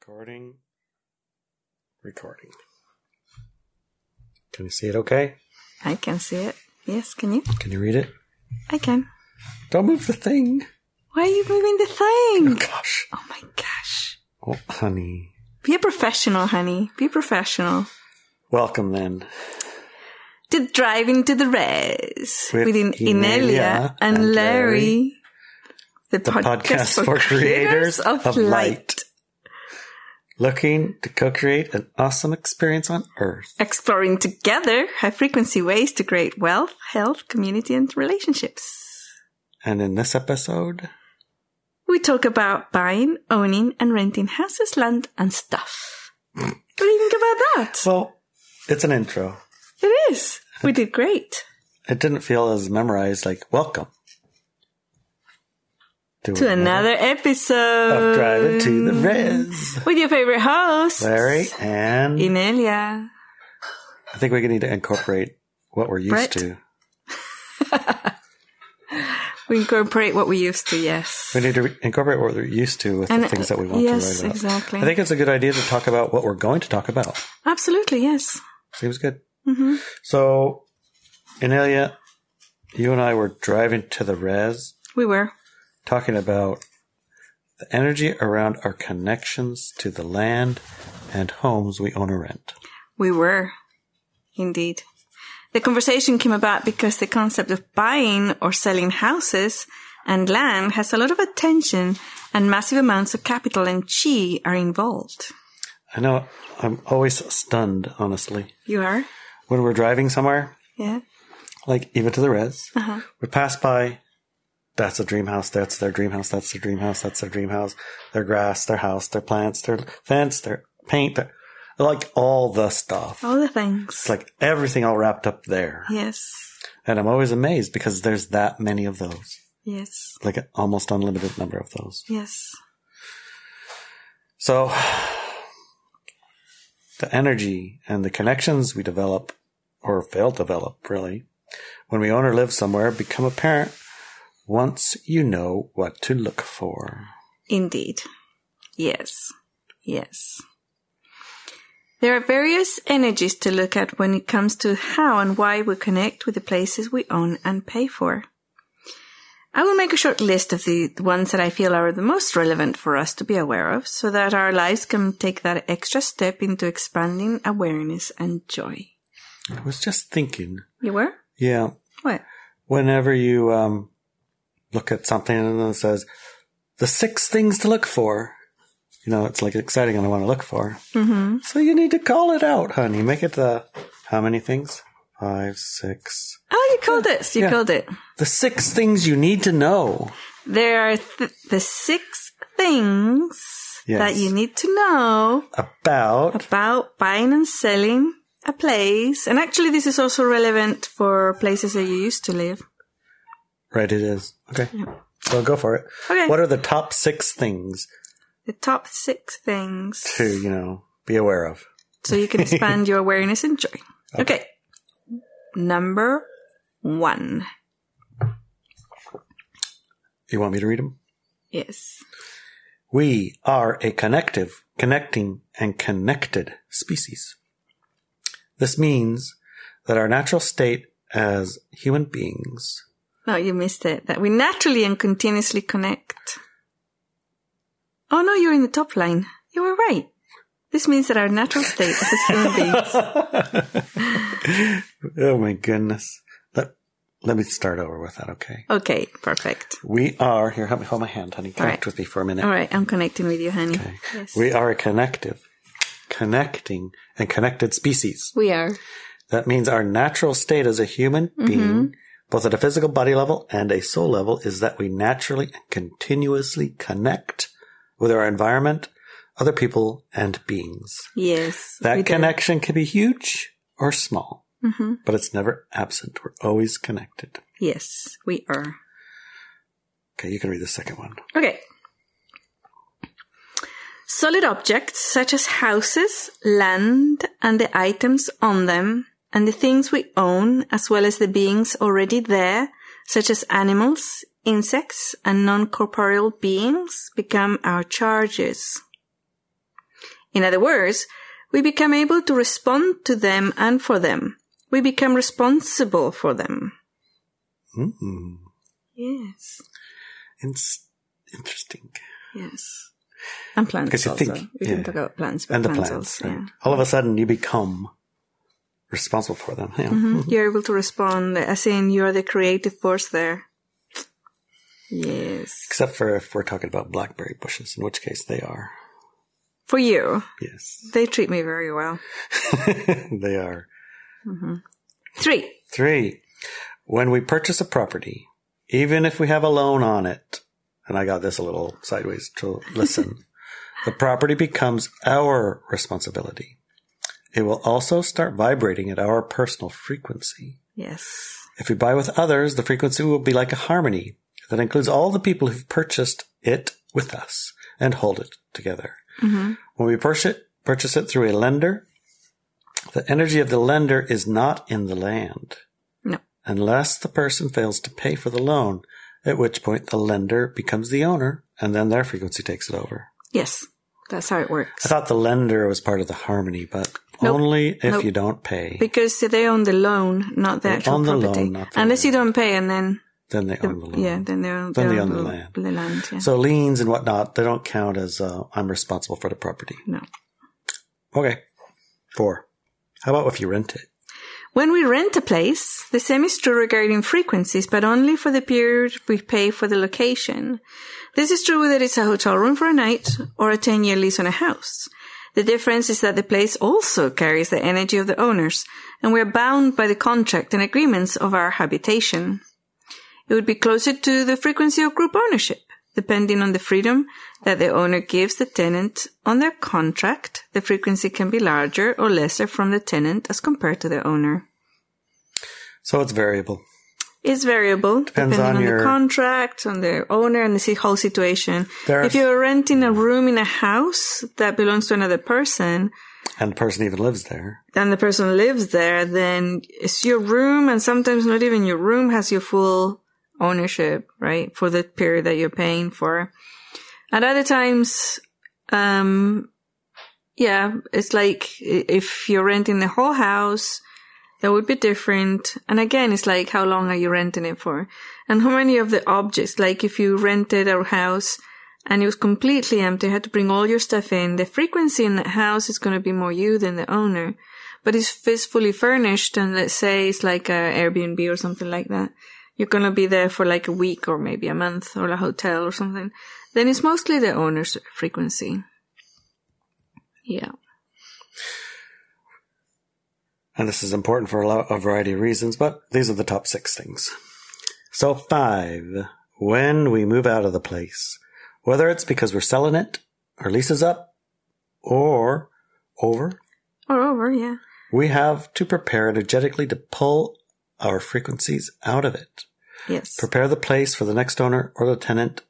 Recording. Recording. Can you see it okay? I can see it. Yes, can you? Can you read it? I can. Don't move the thing. Why are you moving the Oh, thing? gosh. Oh my gosh. Oh, honey. Be a professional, honey. Be professional. Welcome then. To driving to the race With with, In- Inelia Inelia and, and Larry. Larry. The, podcast for creators of light. Looking to co create an awesome experience on Earth. Exploring together high frequency ways to create wealth, health, community, and relationships. And in this episode, We talk about buying, owning, and renting houses, land, and stuff. What do you think about that? so it's an intro. It is. We did great. It didn't feel as memorized like welcome To another episode of Driving to the Riz. with your favorite host, Larry and Inelia. I think we need to incorporate what we're used Brett? to. We incorporate what we used to, yes. We need to re- incorporate what we're used to with the And, things that we uh, want yes, to write about. exactly. I think it's a good idea to talk about what we're going to talk about. Absolutely, yes. Seems good. hmm So, Inelia, you and I were driving to the res, We were. talking about the energy around our connections to the land and homes we own or rent. We were. Indeed. The conversation came about because the concept of buying or selling houses and land has a lot of attention and massive amounts of capital and chi are involved. I know I'm always stunned, honestly, You are? when we're driving somewhere Yeah. like even to the res. We pass by. That's a dream house. That's their dream house. That's their dream house. That's their dream house. Their grass, their house, their plants, their fence, their paint, their, like all the stuff. All the things. It's like everything all wrapped up there. yes. And I'm always amazed because there's that many of those, Yes. like an almost unlimited number of those. Yes. So the energy and the connections we develop or fail to develop really when we own or live somewhere become apparent once you know what to look for. Indeed. Yes. Yes. There are various energies to look at when it comes to how and why we connect with the places we own and pay for. I will make a short list of the ones that I feel are the most relevant for us to be aware of so that our lives can take that extra step into expanding awareness and joy. I was just thinking, You were? yeah, What? whenever you um, look at something and it says the six things to look for, you know, it's like exciting and I want to look for. Mm-hmm. So you need to call it out, honey. Make it the how many things? Five, six. Oh, you called it. You Yeah. called it. The six things you need to know. There are th- the six things Yes. that you need to know about about buying and selling a place. And actually, this is also relevant for places that you used to live. right it is okay so go for it Okay. what are the top six things The top six things to you know be aware of so you can expand your awareness and joy. Okay. Number one. you want me to read them Yes. we are a connective connecting and connected species this means that our natural state as human beings No, you missed it. That we naturally and continuously connect. Oh no, you're in the top line. You were right. This means that our natural state as human beings. oh my goodness let, let me start over with that okay Okay, perfect. we are here help me hold my hand honey connect right. with me for a minute All right, I'm connecting with you, honey. Yes. We are a connective, connecting and connected species. We are. That means our natural state as a human Mm-hmm. being, both at a physical body level and a soul level, is that we naturally and continuously connect with our environment, other people, and beings. Yes. That we do. connection can be huge or small, Mhm. but it's never absent. We're always connected. Yes, we are. Okay, you can read the second one. Okay. Solid objects such as houses, land, and the items on them, and the things we own, as well as the beings already there, such as animals, insects, and non corporeal beings, become our charges. In other words, we become able to respond to them and for them. We become responsible for them. Mm, Yes. ins- interesting. Yes. And plants Because you also. think- we yeah. didn't talk about plants, but And the plants, plants. also. right. Yeah. All of a sudden, you become responsible for them. Yeah. Mhm. You're able to respond, as in you're the creative force there. Yes. Except for if we're talking about blackberry bushes, in which case they are. For you. Yes, They treat me very well. they are. Three. Three, when we purchase a property, even if we have a loan on it, and I got this a little sideways to listen, the property becomes our responsibility. It will also start vibrating at our personal frequency. Yes. If we buy with others, the frequency will be like a harmony that includes all the people who've purchased it with us and hold it together. Mm-hmm. When we purchase it, purchase it through a lender, the energy of the lender is not in the land No. unless the person fails to pay for the loan, at which point the lender becomes the owner and then their frequency takes it over. Yes. That's how it I works. thought the lender was part if the harmony, but Nope. only if Nope. you don't pay. Because they own the loan, not the They actual own the property. loan, not the Unless you land. don't pay, and then then they own the loan. yeah, then they own, Then they own the l- land. The land yeah. So liens and whatnot, they don't count as uh, I'm responsible for the property. no. Okay. Four. How about if you rent it? When we rent a place, the same is true regarding frequencies, but only for the period we pay for the location. This is true whether it's a hotel room for a night or a 10 year lease on a house. The difference is that the place also carries the energy of the owners, and we're bound by the contract and agreements of our habitation. It would be closer to the frequency of group ownership, depending on the freedom that the owner gives the tenant on their contract. The frequency can be larger or lesser from the tenant as compared to the owner. So it's variable. It's variable depending on on, your- the contract, on the owner, and the si- whole situation. There are if you're renting a room in a house that belongs to another person, And the person even lives there. and the person lives there, then it's your room, and sometimes not even your room has your full ownership, right? For the period that you're paying for. At other times, um, yeah, it's like i- if you're renting the whole house, that would be different. And again, it's like how long are you renting it for? And how many of the objects, like if you rented a house and it was completely empty, had to bring all your stuff in, the frequency in that house is going to be more you than the owner. But if it's fully furnished and let's say it's like a Airbnb or something like that, you're going to be there for like a week or maybe a month or a hotel or something, then it's mostly the owner's frequency. Yeah. And this is important for a, lo- a variety of reasons, but these are the top six things. So five, when we move out of the place, whether it's because we're selling it, our lease is up, or over, Or over, yeah. we have to prepare energetically to pull our frequencies out of it. Yes. prepare the place for the next owner or the tenant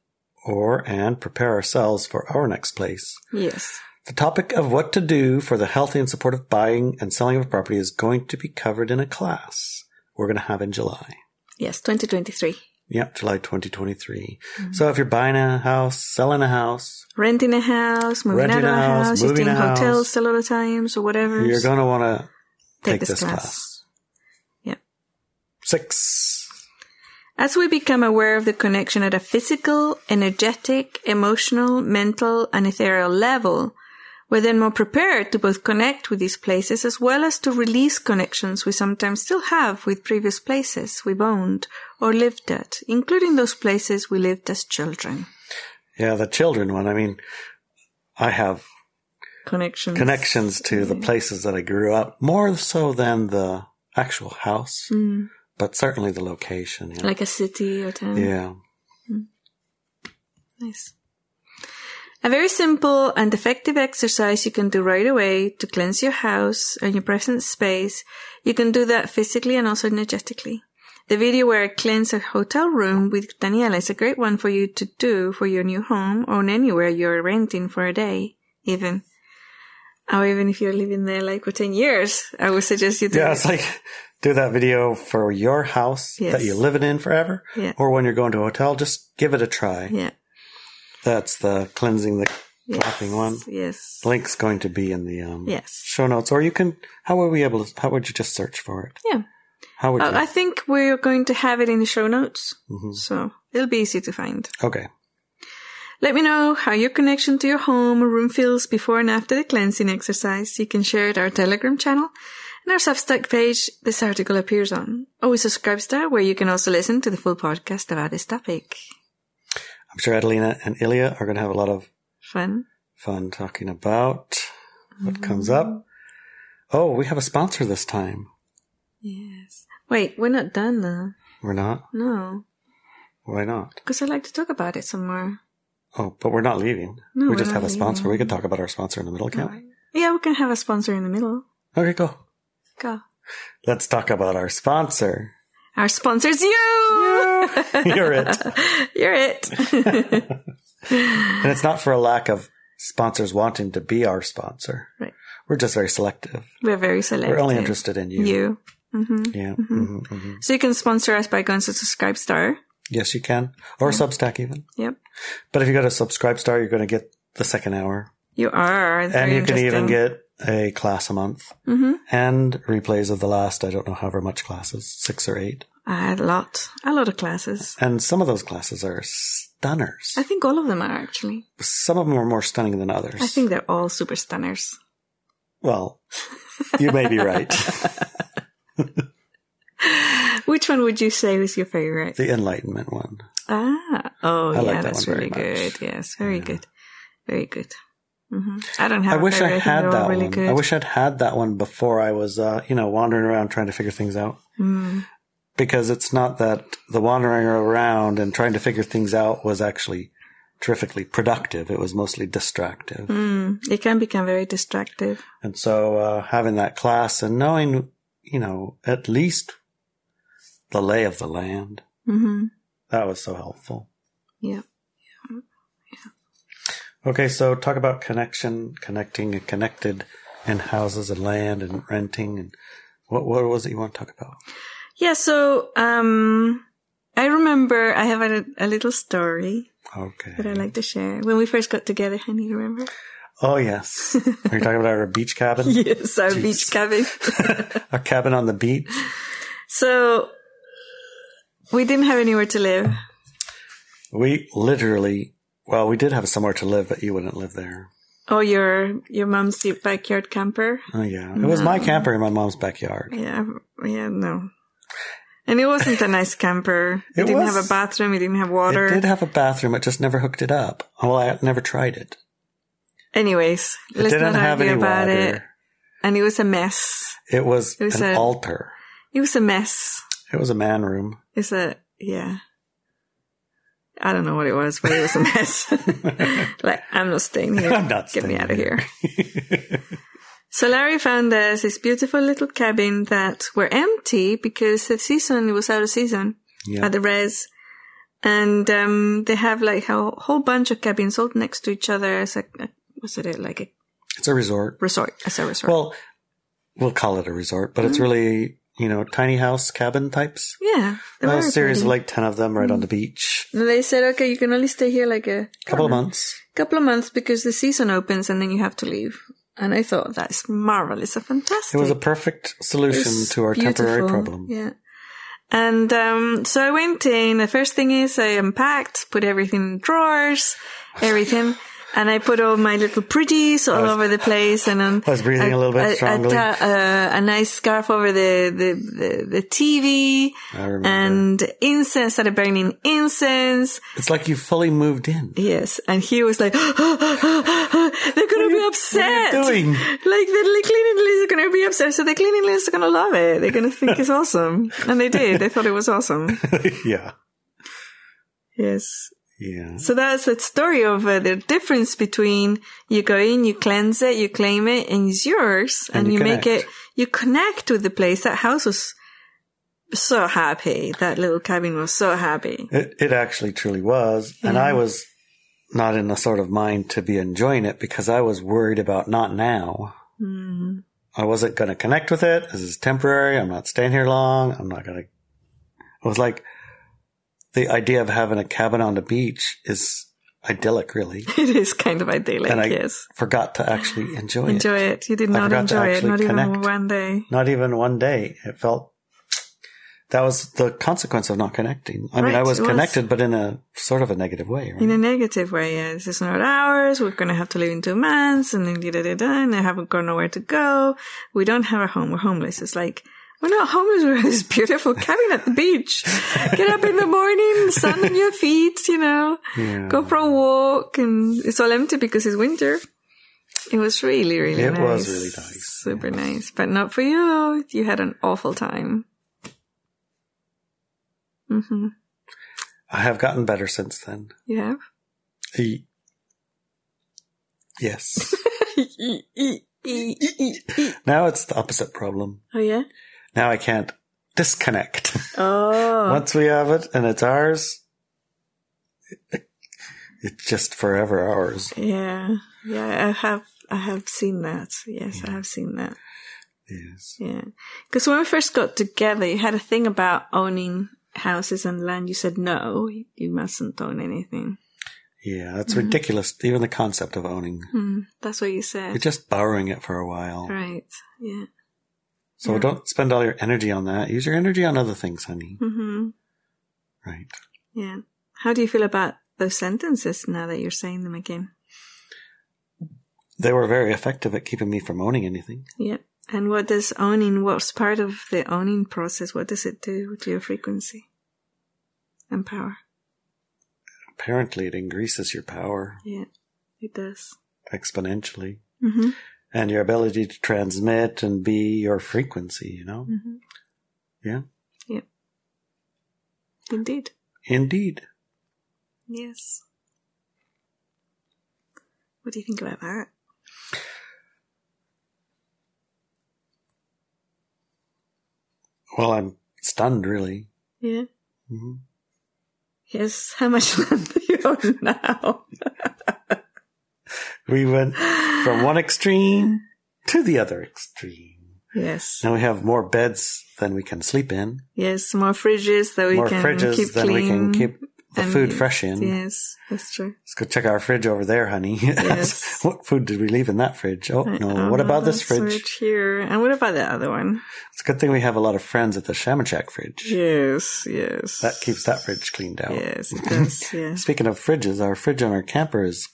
or and prepare ourselves for our next place Yes. the topic of what to do for the healthy and supportive buying and selling of a property is going to be covered in a class we're going to have in july Yes. 2023. yep july 2023 Mm-hmm. so if you're buying a house selling a house renting a house, moving Renting out of a a house, house, you moving stay in a house. hotels a lot of times or whatever. you're going to want to Take take, this this class, class. Yep. six As we become aware of the connection at a physical, energetic, emotional, mental, and ethereal level, we're then more prepared to both connect with these places as well as to release connections we sometimes still have with previous places we've owned or lived at, including those places we lived as children. yeah the children one i mean i have Connections. connections to Mm. the places that I grew up, more so than the actual house, but certainly the location. Yeah. Mm. Like mm. a city or town. yeah. Nice. A very simple and effective exercise you can do right away to cleanse your house and your present space. You can do that physically and also energetically. The video where I cleanse a hotel room with Daniela is a great one for you to do for your new home or on anywhere you're renting for a day, even. Or even if you're living there like for 10 years, I would suggest you do Yeah, it. it's like do that video for your house Yes. that you're living in forever, Yeah. or when you're going to a hotel, just give it a try. Yeah. That's the cleansing the clapping one. Yes. Link's going to be in the um, Yes. show notes, or you can. How are we able to? How would you just search for it? Yeah. How would Uh, you? I think we're going to have it in the show notes, Mhm. so it'll be easy to find. Okay. Let me know how your connection to your home or room feels before and after the cleansing exercise. You can share it our Telegram channel and our Substack page this article appears on. Or with Subscribestar, where you can also listen to the full podcast about this topic. I'm sure Adelina and Ilya are going to have a lot of Fun. fun talking about Mm-hmm. what comes up. Oh, we have a sponsor this time. Yes. Wait, we're not done though. We're not. No, Why not? because I'd like to talk about it some more. Oh, but we're not leaving. No, we we're just not have a sponsor. leaving. We could talk about our sponsor in the middle, can't Yeah, we can have a sponsor in the middle. we? Okay, go. Go. Let's talk about our sponsor. Our sponsor's you! You're it. You're it. And it's not for a lack of sponsors wanting to be our sponsor. Right. We're just very selective. We're very selective. We're only interested in you. You. Mm-hmm. Yeah. hmm hmm So you can sponsor us by going to Subscribe Star. Yes, you can. Or Substack even. Yep. But if you go to Subscribe Star, you're going to get the second hour. You are. and Very you can even interesting. get a class a month Mhm. and replays of the last, I don't know, however much classes, six or eight. a lot, a lot of classes. And some of those classes are stunners. I think all of them are actually. Some of them are more stunning than others. I think they're all super stunners. Well, you may be right. Which one would you say was your favorite? the Enlightenment one. Ah, oh I like yeah, that that's one very really good. much. Yes, very Yeah. good, very good. hmm I don't have. I a wish I favorite. think had they're all that really one. Good. I wish I'd had that one before I was, uh, you know, wandering around trying to figure things out. Mm. Because it's not that the wandering around and trying to figure things out was actually terrifically productive. It was mostly distractive. Mm. It can become very distractive. And so uh, having that class and knowing, you know, at least the lay of the land, hmm that was so helpful. Yeah. Okay, so talk about connection, connecting and connected and houses and land and renting and what what was it you want to talk about? Yeah, so um, I remember I have a, a little story Okay. that I like to share. When we first got together, honey, you remember? Oh yes. Are you talking about our beach cabin? Yes, our Jeez. beach cabin. Our cabin on the beach? so we didn't have anywhere to live. We literally well, we did have somewhere to live, but you wouldn't live there. Oh, your your mom's backyard camper. Oh yeah. It was my camper in my mom's backyard. Yeah, yeah, no. And it wasn't a nice camper. It, It didn't have was- a bathroom. It didn't have It water. did have a bathroom. It just never hooked it up. Well, I never tried it. Anyways, It let's didn't not have argue any about water. it. And it was a mess. It was, It was an a- altar. It was a mess. It was a man room. It's a yeah. I don't know what it was, but it was a mess. like I'm not staying here. I'm not Get me staying out of here. so Larry found us this beautiful little cabin that were empty because the season it was out of season Yeah. at the res, and um, they have like a whole bunch of cabins all next to each other as a, a was it like a It's a resort. resort as a resort. Well, we'll call it a resort, but Mm-hmm. it's really, you know, tiny house cabin types. yeah, they A were series of pretty. like Mm-hmm. 10 of them right on the beach. And they said, okay, you can only stay here like a couple of months. couple of months because the season opens and then you have to leave. And I thought that's marvelous, a fantastic. It was a perfect solution it's to our temporary beautiful. problem. Yeah. And um, so I went in. The first thing is I unpacked, put everything in drawers, everything, and I put all my little pretties all over the place. And um, I was breathing a little bit I- I strongly. ta- uh, a nice scarf over the the the, the TV. I remember. And incense started burning incense. it's like you fully moved in. Yes, and he was like, "They're gonna be upset." doing? Like the li- cleaning ladies are gonna be upset, so the cleaning ladies are gonna love it. They're gonna think it's awesome, and they did. They thought it was awesome. yeah. Yes. Yeah. So that's that story of uh, the difference between you go in, you cleanse it, you claim it, and it's yours, And and, you you, make connect. it. You connect with the place. That house was so happy. That little cabin was so happy. It, it actually truly was. And I was not in the sort of mind to be enjoying it because I was worried about not now. Mm. I wasn't going to connect with it. This is temporary. I'm not staying here long. I'm not going to. It was like the idea of having a cabin on the beach is idyllic, really. It is kind of idyllic, And I yes. forgot to actually enjoy, it. Enjoy it. You did I not forgot to enjoy it, actually not even connect. one day. Not even one day. It felt that was the consequence of not connecting. I mean, I Right, was it was. connected, but in a sort of a negative way. Right? In a negative way, yeah. This is not ours. We're going to have to live in two months and then da da da da. And I haven't got nowhere to go. We don't have a home. We're homeless. It's like, we're not homeless. We're in this beautiful cabin at the beach. Get up in the morning, sun on your feet, you know, Yeah. go for a walk. And it's all empty because it's winter. It was really, really It nice. was really nice, Super nice. But not for you. You had an awful time. Mm-hmm. I have gotten better since then. You have? E- Yes. oh now it's the opposite problem. yeah. Now I can't disconnect. Oh. Once we have it and it's ours, it's just forever ours. Yeah. Yeah. I have. I have seen that. Yes, I have seen that. Yes. Yeah. Because when we first got together, you had a thing about owning houses and land. You said no, you mustn't own anything. Yeah, that's Mm-hmm. ridiculous. Even the concept of owning. Hmm. That's what you You're said. just borrowing it for a while. Right. Yeah. So Yeah. don't spend all your energy on that. Use your energy on other things, honey. hmm Right. Yeah. How do you feel about those sentences now that you're saying them again? They were very effective at keeping me from owning anything. Yeah. And what does owning, what's part of the owning process? What does it do to your frequency and power? Apparently, it increases your power Yeah, it does. exponentially Mm-hmm. and your ability to transmit and be your frequency, you know? Mm-hmm. Yeah. Indeed. Indeed. Yes. What do you think about that? Well, I'm stunned, really. Yeah. hmm Yes. How much land do you own now? We went from one extreme to the other extreme. yes. Now we have more beds than we can sleep in, Yes. More fridges that we more can fridges keep than we can clean. keep the and food use. fresh in. Yes, that's true. Let's go check our fridge over there, honey. Yes. what food did we leave in that fridge? Oh, I- no. oh, What about this that's fridge? here? And what about the other one? It's a good thing we have a lot of friends at the Shamachak fridge. Yes, yes. That keeps that fridge cleaned out. Yes, it does. Yes. Speaking of fridges, our fridge on our camper is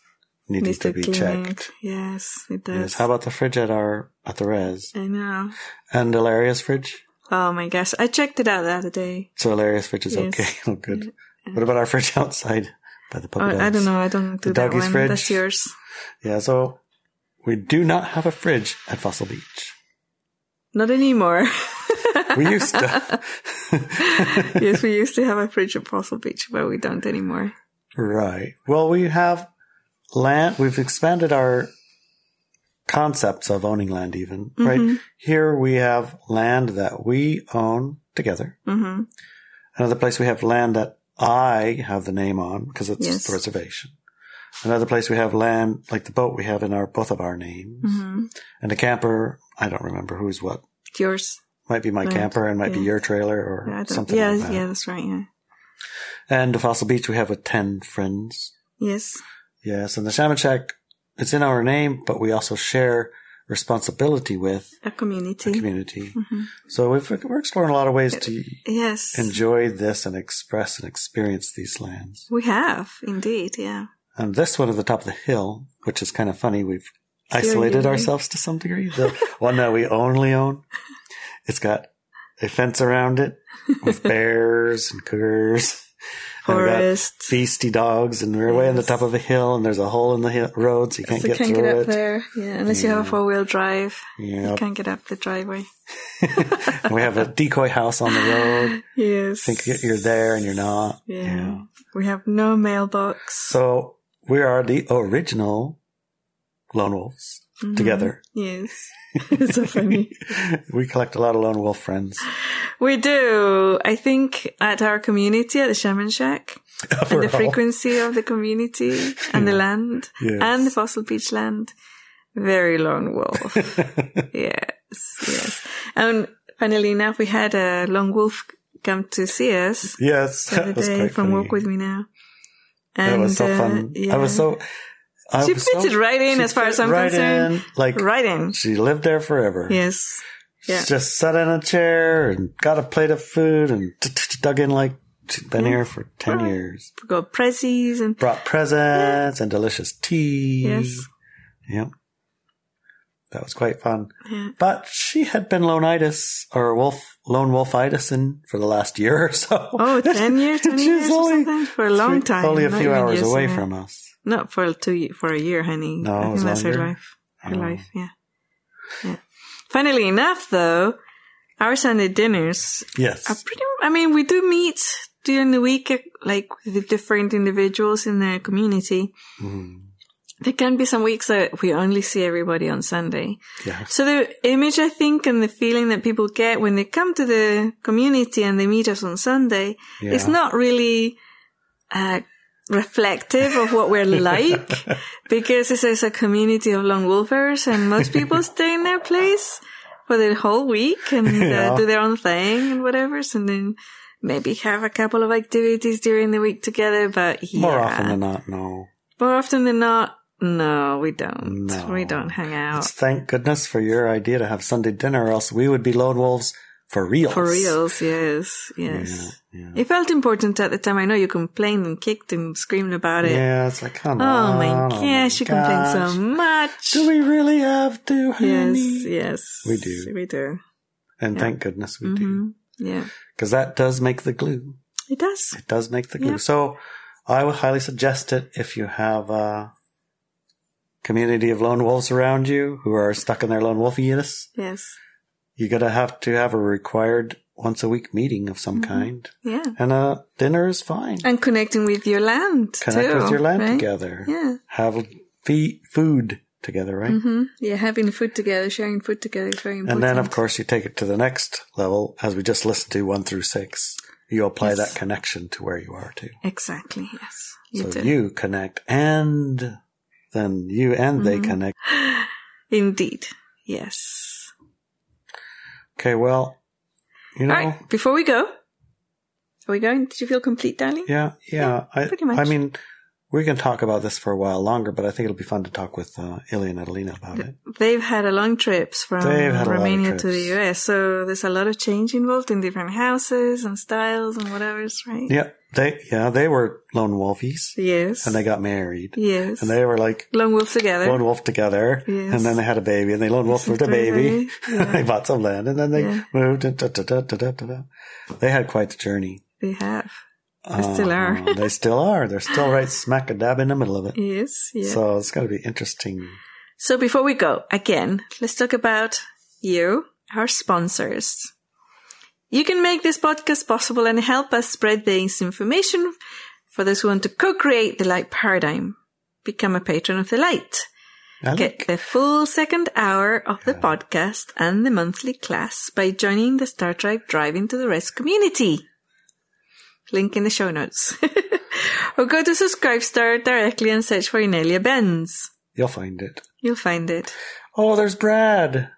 needing Needs to be cleaning. checked. Yes, it Yes. does. How about the fridge at our at the res I know. and Hilarious fridge? Oh my gosh, I checked it out the other day. So Hilarious fridge is Yes. okay. Oh, good. What about our fridge outside by the puppy Oh, I dogs? don't know. I don't The do that doggy's one. fridge. That's yours. Yeah. So we do not have a fridge at Fossil Beach. Not anymore. We used to. yes, we used to have a fridge at Fossil Beach, but we don't anymore. Right. Well, we have land. We've expanded our concepts of owning land, even. Mm-hmm. Right. Here we have land that we own together. hmm Another place we have land that I have the name on because it's Yes. the reservation. Another place we have land, like the boat we have in our both of our names. hmm And the camper, I don't remember who's what. It's yours. Might be my Land, camper and might be yeah. your trailer or I don't, something yeah, like that. yeah, that's right. Yeah. And to Fossil Beach we have with ten friends. Yes. Yes, and the Shamachek, it's in our name, but we also share responsibility with the A community. community. Mhm. So we've, we're exploring a lot of ways to Yes. enjoy this and express and experience these lands. we have indeed. Yeah. And this one at the top of the hill, which is kind of funny, we've isolated unique. ourselves to some degree. The one that we only own, it's got a fence around it with bears and cougars. And we got Forest. Beastie dogs, and we're way on the top of a hill, and there's a hole in the hill, road, so you can't So get can't through get up it. Mm. there. Yeah, unless you have a four wheel drive, Yeah, you can't get up the driveway. and we have a decoy house on the road. Yes. Think you- you're there and you're not. Yeah. We have no mailbox. So we are the original lone wolves Mhm. together. Yes. it's so funny. we collect a lot of lone wolf friends. We do. I think at our community at the Shaman Shack, and the Overall. frequency of the community and the land Yes. and the fossil beach land, very lone wolf. yes, yes. And funnily enough, we had a lone wolf come to see us Yes, the that other was day quite from funny. Walk With Me Now. That was so And, uh, fun. yeah. I was so. I She was fits so- it right in she as far fit as I'm right concerned. in, like Right in. she lived there forever. Yes. Yeah. Just sat in a chair and got a plate of food and t- t- t- dug in like she'd been here for ten Right. years. Go prezzies and Brought presents and delicious tea. yes. Yep. That was quite fun. Yeah. But she had been loneitis or wolf lone wolfitis in for the last year or so. Oh, 10 years, 20 years or only something? For a long three- time. Only a not few even hours years, away yeah. from us. Not for two ye- for a year, honey. No, I it think was that's longer. her life. Her Oh. life, yeah. Yeah. Funnily enough, though, our Sunday dinners Yes. are pretty. I mean, we do meet during the week, uh, like with different individuals in the community. Mm, There can be some weeks that we only see everybody on Sunday. yeah. So the image, I think, and the feeling that people get when they come to the community and they meet us on Sunday Yeah. is not really uh, reflective of what we're like because this is a community of lone wolfers and most people stay in their place for the whole week and Yeah. uh, do their own thing and whatever. And then maybe have a couple of activities during the week together, but yeah. More often than not, no. More often than not, no, we don't. No. We don't hang out. It's thank goodness for your idea to have Sunday dinner, or else we would be lone wolves for real. For reals, yes, yes. Yeah, yeah. It felt important at the time. I know you complained and kicked and screamed about it. Yeah, it's like, come Oh on. my gosh, you complain so gosh. much. Do we really have to, honey? yes, yes. We do. We do. And thank goodness we do. hmm Yeah. Because that does make the glue. It does. It does make the glue. Yep. So I would highly suggest it if you have a community of lone wolves around you who are stuck in their lone wolfiness. Yes. You're going to have to have a required once a week meeting of some Mm-hmm. kind. Yeah. And a dinner is fine. And connecting with your land. Connect too, with your land right? together. Yeah. Have fee- food together, right? hmm Yeah, having food together, sharing food together is very And important. then, of course, you take it to the next level as we just listened to one through six. You apply Yes. that connection to where you are too. Exactly, yes. You so do. you connect and then you and they Mm-hmm. connect. Indeed. Yes. Okay, well, you know, All right, before we go, are we going? Did you feel complete, darling? yeah, yeah. I, pretty much. I mean, we can talk about this for a while longer, but I think it'll be fun to talk with uh, Ilya and Adelina about it. They've had a long trips from They've had a lot of Romania to trips. the US, so there's a lot of change involved in different houses and styles and whatever's right? Yeah, they, yeah, they were lone wolfies Yes. and they got married yes. and they were like Long wolves together. lone wolf together, Yes. and then they had a baby, and they lone wolfed Yes, the baby. baby. Yeah. they bought some land, and then they Yeah. moved. And da, da, da, da, da, da, da. They had quite the journey. They have. They still are. Uh, they still are. They're still right smack a dab in the middle of it. Yes. Yeah. So, So it's going to be interesting. before we go, again, let's talk about you, our sponsors. You can make this podcast possible and help us spread this information for those who want to co-create the light paradigm. Become a patron of the light. I Get like- the full second hour of the podcast and the monthly class by joining the Star Drive Drive into the Rest community. Link in the show notes. or go to Subscribestar directly and search for Inelia Benz. You'll find it. You'll find it. Oh, there's Brad.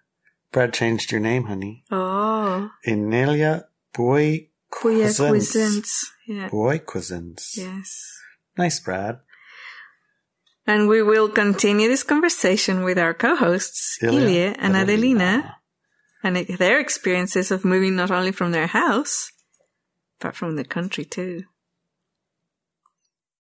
Brad changed your name, honey. Oh, Inelia Boy Kuya Cuisins. Cuisins. Yeah. Boy Cuisins. Yes. Nice, Brad. And we will continue this conversation with our co-hosts, Ilya, and Adelina. and it- their experiences of moving not only from their house, but from the country too.